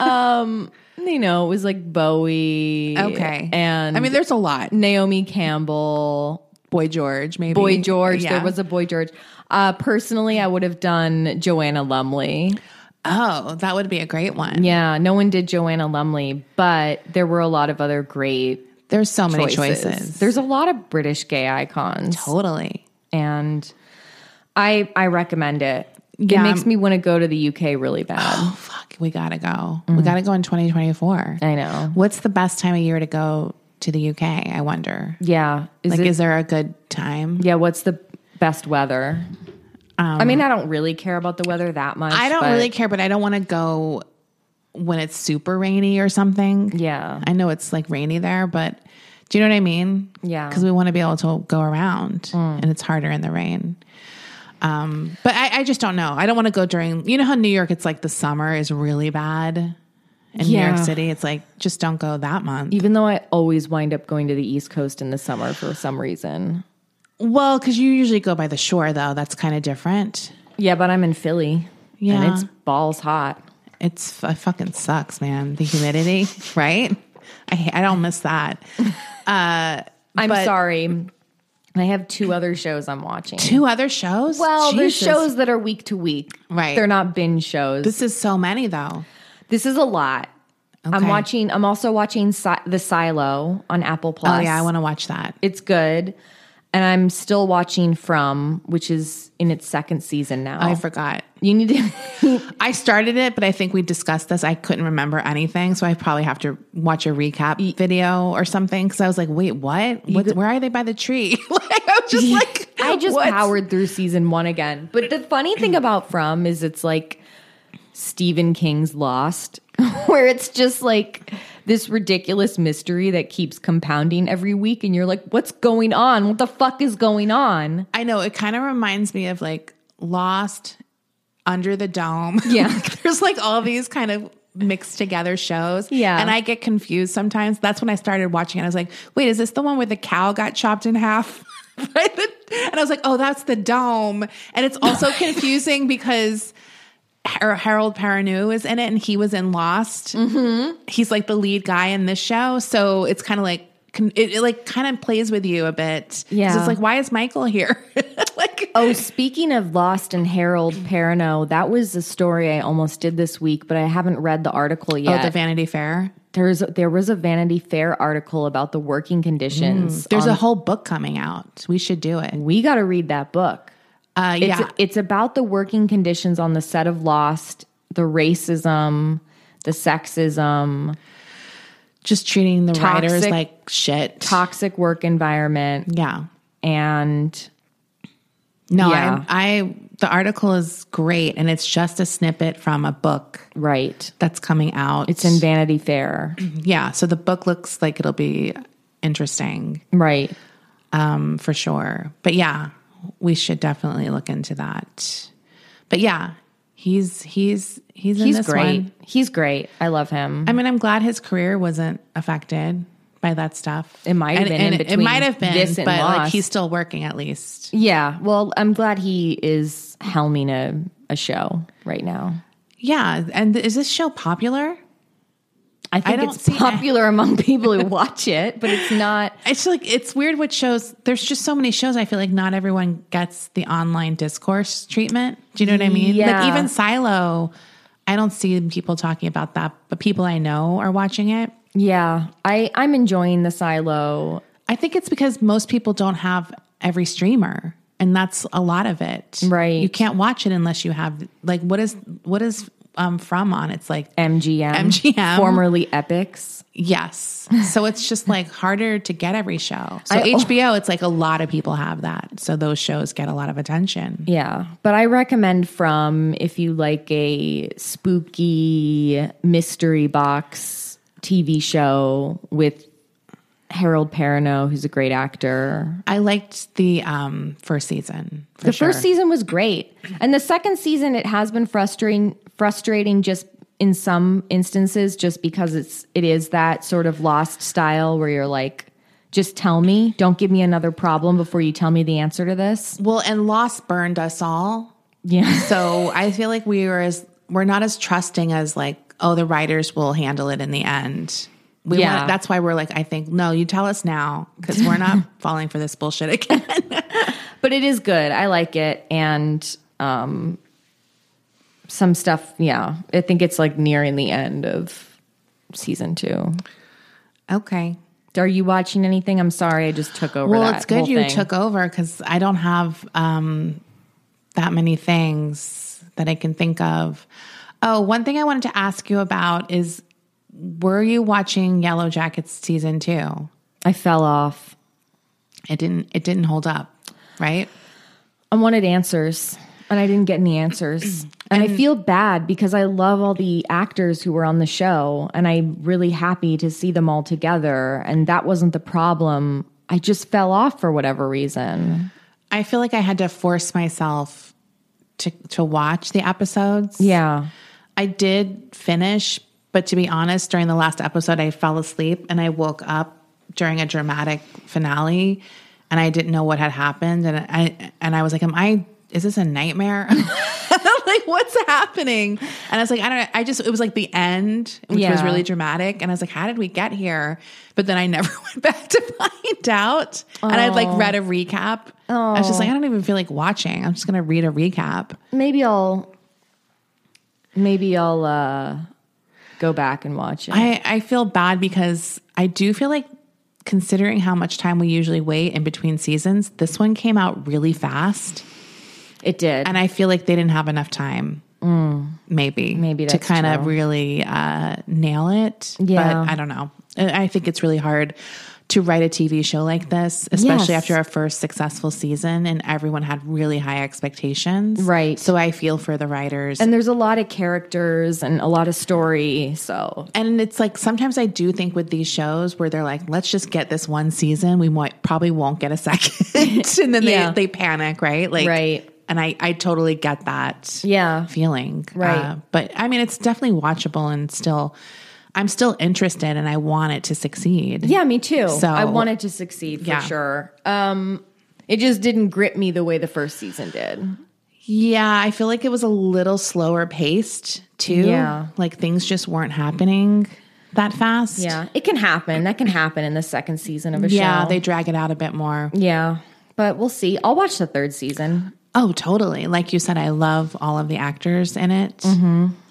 S2: Um, you know, it was like Bowie.
S3: Okay.
S2: and
S3: I mean, there's a lot.
S2: Naomi Campbell.
S3: Boy George, maybe.
S2: Boy George.
S3: Yeah.
S2: There was a Boy George. Uh, personally, I would have done Joanna Lumley.
S3: Oh, that would be a great one.
S2: Yeah, no one did Joanna Lumley, but there were a lot of other great
S3: There's so many
S2: choices.
S3: choices.
S2: There's a lot of British gay icons,
S3: totally.
S2: and I I recommend it.
S3: Yeah,
S2: it makes
S3: I'm-
S2: me want to go to the UK really bad. [sighs]
S3: Oh fuck, we gotta go. We gotta go in 2024.
S2: Mm. I know.
S3: What's the best time of year to go to the UK? I wonder.
S2: Yeah, is
S3: like,
S2: it?
S3: is there a good time?
S2: yeah, what's the best weather? I mean, I don't really care about the weather that much.
S3: I don't
S2: but
S3: really care, but I don't want to go when it's super rainy or something.
S2: Yeah.
S3: I know it's like rainy there, but do you know what I mean?
S2: Yeah. Mm.
S3: Because we want to be able to go around and it's harder in the rain. Um, but I, I just don't know. I don't want to go during, you know how New York, it's like the summer is really bad. In New
S2: Yeah.
S3: York City, it's like just don't go that month.
S2: Even though I always wind up going to the East Coast in the summer for some reason.
S3: Well, because you usually go by the shore, though. That's kind of different.
S2: Yeah, but I'm in Philly.
S3: Yeah.
S2: and it's balls hot.
S3: It's it fucking sucks, man. The humidity, [laughs] right? I ha- I don't miss that.
S2: I'm
S3: But-
S2: sorry. I have two other shows I'm watching.
S3: Two other shows.
S2: well, there's
S3: Jesus.
S2: shows that are week to week.
S3: Right.
S2: They're not binge shows. This,
S3: This is so many though.
S2: is a lot. I'm
S3: Okay.
S2: watching I'm also watching si- The Silo on Apple
S3: Oh
S2: Plus.
S3: yeah, I want to watch that.
S2: it's good. And I'm still watching From, which is in its second season now.
S3: I forgot.
S2: you need to [laughs]
S3: I started it, but I think we discussed this. I couldn't remember anything, so I probably have to watch a recap video or something because I was like, "Wait, what? what where are they by the tree?" [laughs] like I was just like,
S2: I [laughs] just
S3: "What's-"
S2: powered through season one again. But the funny thing about From is it's like Stephen King's Lost, [laughs] where it's just like this ridiculous mystery that keeps compounding every week, and you're like, what's going on? What the fuck is going on?
S3: I know it kind of reminds me of like Lost, Under the Dome. [laughs]
S2: Yeah.
S3: there's like all these kind of mixed together shows.
S2: Yeah.
S3: and I get confused sometimes. That's when I started watching, it. I was like, "Wait, is this the one where the cow got chopped in half?" [laughs] By the- and I was like, "Oh, that's the dome." And it's
S2: [laughs]
S3: also confusing because. Har- Harold Perrineau is in it, and he was in Lost.
S2: Mm-hmm.
S3: He's like the lead guy in this show, so it's kind of like con- it, it like kind of plays with you a bit. 'Cause
S2: Yeah.
S3: it's like why is Michael here? [laughs] like,
S2: Oh, speaking of Lost and Harold Perrineau, that was a story I almost did this week, but I haven't read the article yet.
S3: oh, the Vanity Fair.
S2: There's there was a Vanity Fair article about the working conditions. Um,
S3: There's a whole book coming out. We should do it.
S2: We got to read that book.
S3: Uh,
S2: It's,
S3: yeah,
S2: it's about the working conditions on the set of Lost, the racism, the sexism,
S3: just treating the writers
S2: Toxic-
S3: like shit.
S2: toxic work environment.
S3: yeah,
S2: and
S3: No,
S2: Yeah.
S3: I, I the article is great, and it's just a snippet from a book
S2: right.
S3: that's coming out.
S2: It's in Vanity Fair,
S3: yeah, so the book looks like it'll be interesting
S2: right?
S3: um, for sure. But yeah, we should definitely look into that. But yeah, he's he's he's in
S2: He's
S3: this
S2: great.
S3: one.
S2: He's great. I love him.
S3: I mean, I'm glad his career wasn't affected by that stuff.
S2: It might have
S3: And-
S2: been
S3: and
S2: in
S3: it
S2: between
S3: might have been,
S2: this and
S3: but like
S2: Lost.
S3: he's still working at least.
S2: yeah. Well, I'm glad he is helming a, a show right now.
S3: Yeah, and is this show popular?
S2: I think
S3: don't
S2: it's
S3: see-
S2: popular [laughs] among people who watch it, but it's not.
S3: It's like it's weird what shows. There's just so many shows. I feel like not everyone gets the online discourse treatment. Do you know what I mean?
S2: Yeah.
S3: Like even Silo, I don't see people talking about that, but people I know are watching it.
S2: Yeah, I I'm enjoying the silo.
S3: I think it's because most people don't have every streamer, and that's a lot of it.
S2: Right.
S3: You can't watch it unless you have like what is what is um from on? It's like
S2: MGM,
S3: MGM.
S2: formerly Epics.
S3: yes. So it's just like harder to get every show. So
S2: I-
S3: HBO, it's like a lot of people have that. So those shows get a lot of attention.
S2: Yeah, but I recommend From if you like a spooky mystery box TV show with Harold Perrineau, who's a great actor.
S3: I liked the um, first season. for
S2: the
S3: sure.
S2: first season was great, and the second season it has been frustrating. Frustrating, just in some instances, just because it's it is that sort of lost style where you're like, just tell me, don't give me another problem before you tell me the answer to this.
S3: Well, and Lost burned us all.
S2: Yeah, [laughs]
S3: So I feel like we were as we're not as trusting as like oh the writers will handle it in the end. We
S2: Yeah.
S3: want, that's why we're like I think no you tell us now because we're
S2: [laughs]
S3: not falling for this bullshit again.
S2: but it is good. I like it, and um, some stuff. Yeah, I think it's like nearing the end of season two.
S3: okay.
S2: Are you watching anything? I'm sorry, I just took over.
S3: Well,
S2: that
S3: it's good
S2: whole
S3: you
S2: thing.
S3: took over because I don't have um, that many things that I can think of. Oh, one thing I wanted to ask you about is were you watching Yellow Jackets season two?
S2: I fell off.
S3: It didn't. It didn't hold up, right?
S2: I wanted answers, and I didn't get any
S3: [clears throat]
S2: answers. and I feel bad because I love all the actors who were on the show, and I'm really happy to see them all together. And that wasn't the problem. I just fell off for whatever reason.
S3: I feel like I had to force myself to to watch the episodes.
S2: Yeah.
S3: I did finish, but to be honest, during the last episode, I fell asleep and I woke up during a dramatic finale, and I didn't know what had happened, and I and I was like, "Am I? Is this a nightmare?" [laughs] like what's happening and i was like i don't i just it was like the end which was
S2: Yeah.
S3: really dramatic and i was like how did we get here but then i [laughs] never went back to find out and i'd like read a recap i was just like i don't even feel like watching i'm just gonna read a recap
S2: Maybe I'll. Maybe I'll uh, go back and watch it.
S3: I, I feel bad because I do feel like considering how much time we usually wait in between seasons, this one came out really fast.
S2: it did.
S3: And I feel like they didn't have enough time. maybe.
S2: Mm. Maybe
S3: to
S2: that's
S3: kind of
S2: true.
S3: really uh, nail it.
S2: Yeah.
S3: But I don't know. I I think it's really hard to write a TV show like this, especially
S2: Yes.
S3: after our first successful season and everyone had really high expectations.
S2: Right.
S3: So I feel for the writers
S2: and there's a lot of characters and a lot of story. So
S3: and it's like sometimes I do think with these shows where they're like, let's just get this one season. We might probably won't get a [laughs] second, and then
S2: Yeah.
S3: they they panic, right? Like,
S2: Right.
S3: And I I totally get that
S2: Yeah.
S3: feeling, Uh,
S2: Right.
S3: but I mean, it's definitely watchable and still, I'm still interested and I want it to succeed.
S2: Yeah, me too.
S3: So-
S2: I wanted to succeed for
S3: Yeah.
S2: sure. Um, it just didn't grip me the way the first season did.
S3: Yeah, I feel like it was a little slower paced too.
S2: Yeah.
S3: like things just weren't happening that fast.
S2: Yeah, it can happen. That can happen in the second season of a
S3: Yeah,
S2: show.
S3: they drag it out a bit more.
S2: yeah, but we'll see. I'll watch the third season.
S3: Oh, totally. Like you said, I love all of the actors in it.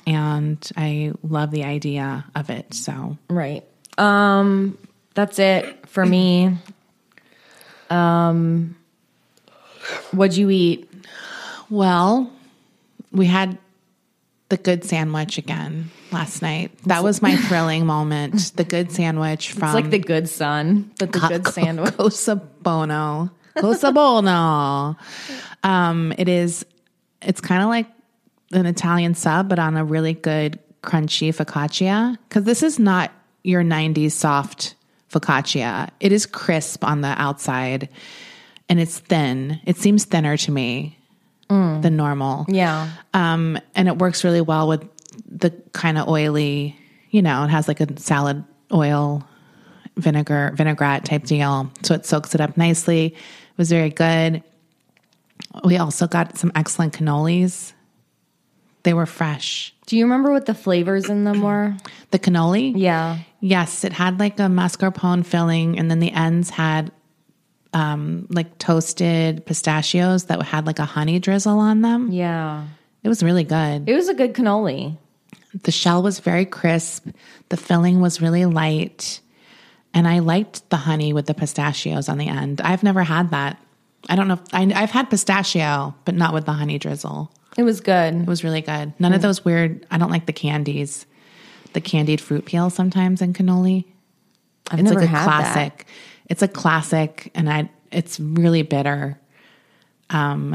S3: And I love the idea of it. So,
S2: Right. Um, that's it for me. Um, what'd you eat?
S3: well, we had the good sandwich again last night. That was my thrilling moment. The good sandwich from [laughs]
S2: It's like the good son, but the good sandwich.
S3: Cosa Bono. Close the bowl now. Um, it is. It's kind of like an Italian sub, but on a really good crunchy focaccia. Because this is not your '90s soft focaccia. It is crisp on the outside, and it's thin. It seems thinner to me than normal.
S2: Yeah.
S3: Um, and it works really well with the kind of oily, you know, it has like a salad oil vinegar, vinaigrette type deal. So it soaks it up nicely. It was very good. We also got some excellent cannolis. They were fresh.
S2: Do you remember what the flavors in them were?
S3: The cannoli?
S2: Yeah.
S3: Yes, it had like a mascarpone filling, and then the ends had um, like toasted pistachios that had like a honey drizzle on them.
S2: Yeah.
S3: It was really good.
S2: It was a good cannoli.
S3: The shell was very crisp. The filling was really light. And I liked the honey with the pistachios on the end. I've never had that. I don't know. If, I, I've had pistachio, but not with the honey drizzle.
S2: It was
S3: It
S2: good.
S3: was really good. None
S2: Mm.
S3: of those weird, I don't like the candies, the candied fruit peel sometimes in cannoli.
S2: I've
S3: it's
S2: never
S3: like a
S2: had that.
S3: classic. It's a classic, and I it's really bitter. Um,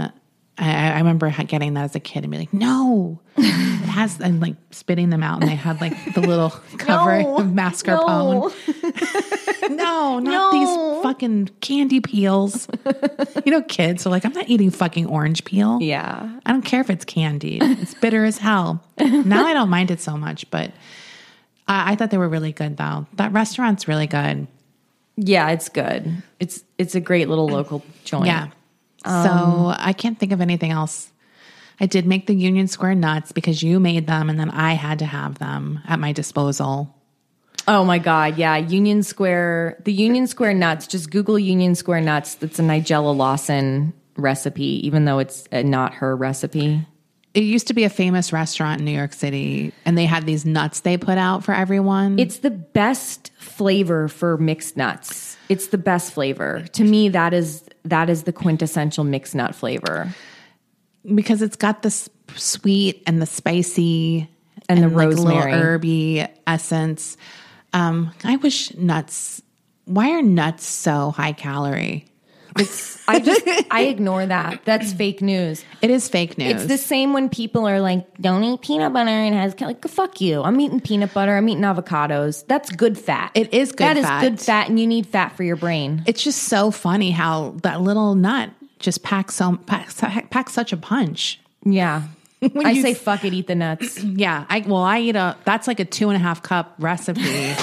S3: I, I remember ha- getting that as a kid and be
S2: [laughs]
S3: like, no, it has, and like spitting them out, and they had like
S2: [laughs]
S3: the little covering of mascarpone. [laughs] No, not
S2: No.
S3: these fucking
S2: [laughs]
S3: candy peels. you know, kids are like, I'm not eating fucking orange peel.
S2: Yeah.
S3: I don't care if it's candied. It's bitter as hell. Now I don't mind it so much, but I, I thought they were really good though. That restaurant's really good.
S2: Yeah, it's good. It's it's a great little local joint.
S3: Yeah. so I can't think of anything else. I did make the Union Square nuts because you made them and then I had to have them at my disposal.
S2: Oh my god, yeah. Union Square, the Union Square nuts. Just Google Union Square nuts. That's a Nigella Lawson recipe, even though it's uh, not her recipe.
S3: It used to be a famous restaurant in New York City and they had these nuts they put out for everyone.
S2: It's the best flavor for mixed nuts. It's the best flavor. To me, that is that is the quintessential mixed nut flavor.
S3: because it's got the s- sweet and the spicy
S2: And the
S3: like, little
S2: rosemary.
S3: herby essence. Um, I wish nuts. Why are nuts so high calorie?
S2: It's I just I ignore that. That's fake news.
S3: It is fake news.
S2: It's the same when people are like, "Don't eat peanut butter," and has like, "Fuck you! I'm eating peanut butter. I'm eating avocados. That's good fat.
S3: It is good
S2: That is
S3: fat.
S2: good fat, and you need fat for your brain.
S3: it's just so funny how that little nut just packs so packs, packs such a punch.
S2: [laughs] Yeah.
S3: When
S2: I
S3: you-
S2: say fuck it, eat the nuts.
S3: Yeah, I well, I eat a that's like a two and a half cup recipe.
S2: [clears throat]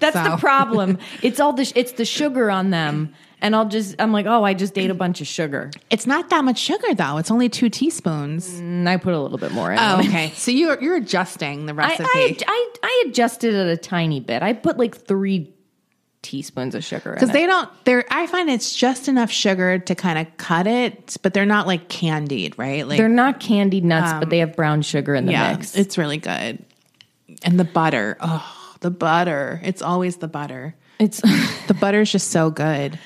S2: That's
S3: So.
S2: the [laughs] problem. It's all the sh- it's the sugar on them, and I'll just I'm like, oh, I just ate a bunch of sugar,
S3: [laughs] it's not that much sugar though; it's only two teaspoons.
S2: and I put a little bit more in.
S3: Oh, okay, so you're you're adjusting the
S2: I,
S3: recipe.
S2: I I I adjusted it a tiny bit. I put like three teaspoons of sugar in
S3: because
S2: it.
S3: they don't they're i find it's just enough sugar to kind of cut it but they're not like candied right like
S2: They're not candied nuts, but they have brown sugar in the
S3: yeah
S2: mix.
S3: it's really good and the butter oh the butter it's always the butter
S2: It's
S3: the butter is just so good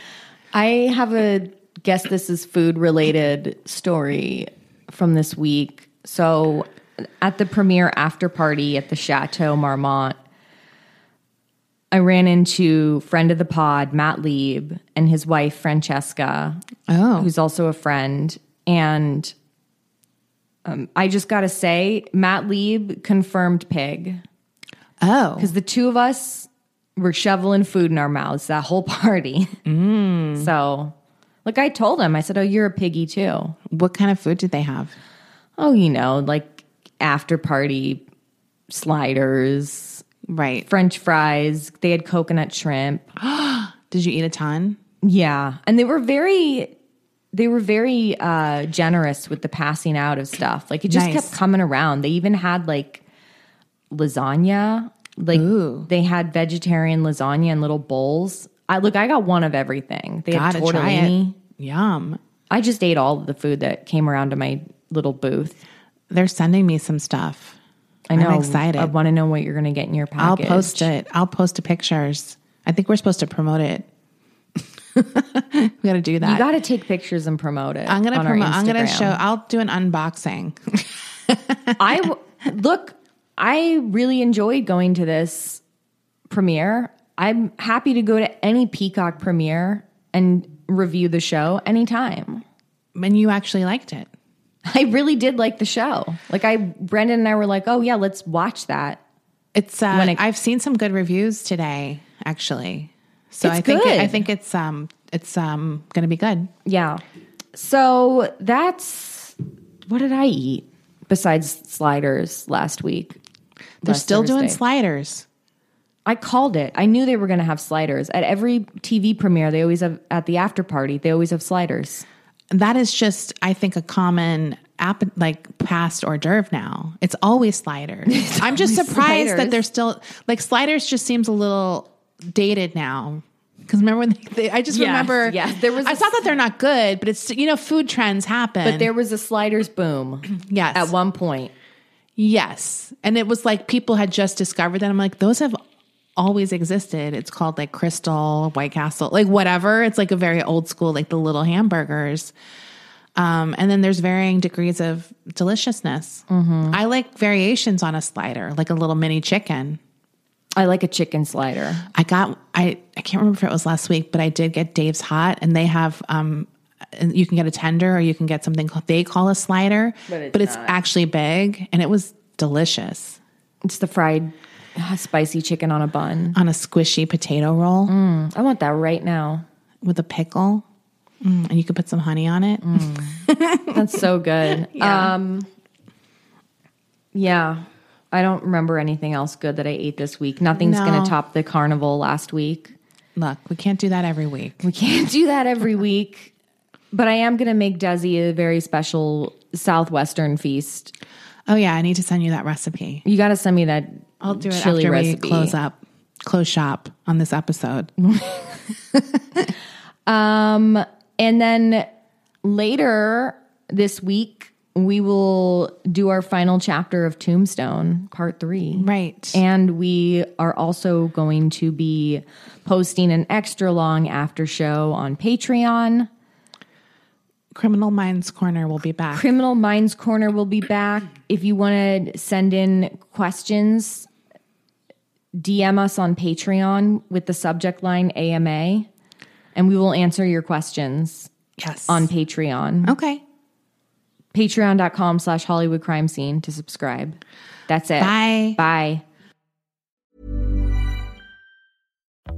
S2: I have a guess this is food related story from this week. So at the premiere after party at the Chateau Marmont, I ran into friend of the pod, Matt Lieb, and his wife, Francesca,
S3: oh
S2: who's also a friend. And um, I just got to say, Matt Lieb confirmed pig
S3: oh
S2: because the two of us were shoveling food in our mouths that whole party. So, like I told him, I said, "Oh, you're a piggy too."
S3: what kind of food did they have
S2: Oh, you know, like after party sliders,
S3: right
S2: French fries. They had coconut shrimp.
S3: did you eat a ton
S2: Yeah, and they were very. They were very uh, generous with the passing out of stuff. Like it just
S3: Nice.
S2: kept coming around. They even had like lasagna. Like they had vegetarian lasagna in little bowls. I look, I got one of everything. They
S3: gotta
S2: had tortellini.
S3: try it yum
S2: I just ate all of the food that came around to my little booth.
S3: they're sending me some stuff
S2: I know.
S3: excited.
S2: I want to know what you're going to get in your
S3: i'll
S2: package.
S3: post it i'll post the pictures i think we're supposed to promote it [laughs] we gotta do that
S2: You got to take pictures and promote it.
S3: I'm gonna
S2: on our
S3: promote. I'm gonna
S2: Instagram.
S3: show. I'll do an unboxing.
S2: I w- look, I really enjoyed going to this premiere. I'm happy to go to any Peacock premiere. and review the show anytime.
S3: And you actually liked it.
S2: I really did like the show. Like I Brendan and I were like, "Oh yeah, let's watch that."
S3: It's uh, I've seen some good reviews today, actually. So
S2: It's
S3: I think
S2: good.
S3: I think it's um it's um going to be good.
S2: Yeah. So that's what did I eat besides sliders last week?
S3: They're
S2: Last
S3: still doing
S2: Thursday.
S3: sliders.
S2: I called it. I knew they were going to have sliders at every TV premiere. They always have at the after party. They always have sliders.
S3: That is just I think a common app like past hors d'oeuvre now. It's always
S2: [laughs]
S3: sliders. I'm just surprised
S2: sliders.
S3: that they're still like sliders. Just seems a little dated now. Because remember when they, they I just
S2: Yes,
S3: remember
S2: yes. There was
S3: I
S2: a
S3: thought that they're not good, but it's you know food trends happen.
S2: But there was a sliders
S3: [clears throat]
S2: boom
S3: yes
S2: at one point.
S3: Yes. And it was like people had just discovered that. I'm like, those have always existed. It's called like Crystal, White Castle, like whatever. It's like a very old school, like the little hamburgers. Um, and then there's varying degrees of deliciousness. I like variations on a slider, like a little mini chicken.
S2: I like a chicken slider.
S3: I got I I can't remember if it was last week, but I did get Dave's Hot, and they have um, and you can get a tender or you can get something called, they call a slider, but it's, actually big, and it was delicious
S2: It's the fried ah, spicy chicken on a bun.
S3: on a squishy potato roll
S2: I want that right now.
S3: with a pickle, Mm, and you could put some honey on it.
S2: That's so
S3: [laughs]
S2: good. Um Yeah. I don't remember anything else good that I ate this week. Nothing's
S3: No.
S2: going to top the carnival last week.
S3: [laughs] Look, we can't do that every week.
S2: We can't do that every week. But I am going to make Desi a very special southwestern feast.
S3: Oh yeah, I need to send you that recipe.
S2: You got to send me that
S3: I'll do it
S2: chili
S3: after
S2: recipe.
S3: we close up, Mm. close shop on this episode.
S2: And then later this week, we will do our final chapter of Tombstone, part three.
S3: Right.
S2: And we are also going to be posting an extra long after show on Patreon.
S3: Criminal Minds Corner will be back.
S2: Criminal Minds Corner will be back. If you want to send in questions, DM us on Patreon with the subject line AMA, and we will answer your questions
S3: yes.
S2: on Patreon.
S3: okay.
S2: patreon.com slash hollywood crime scene to subscribe that's it
S3: Bye.
S2: bye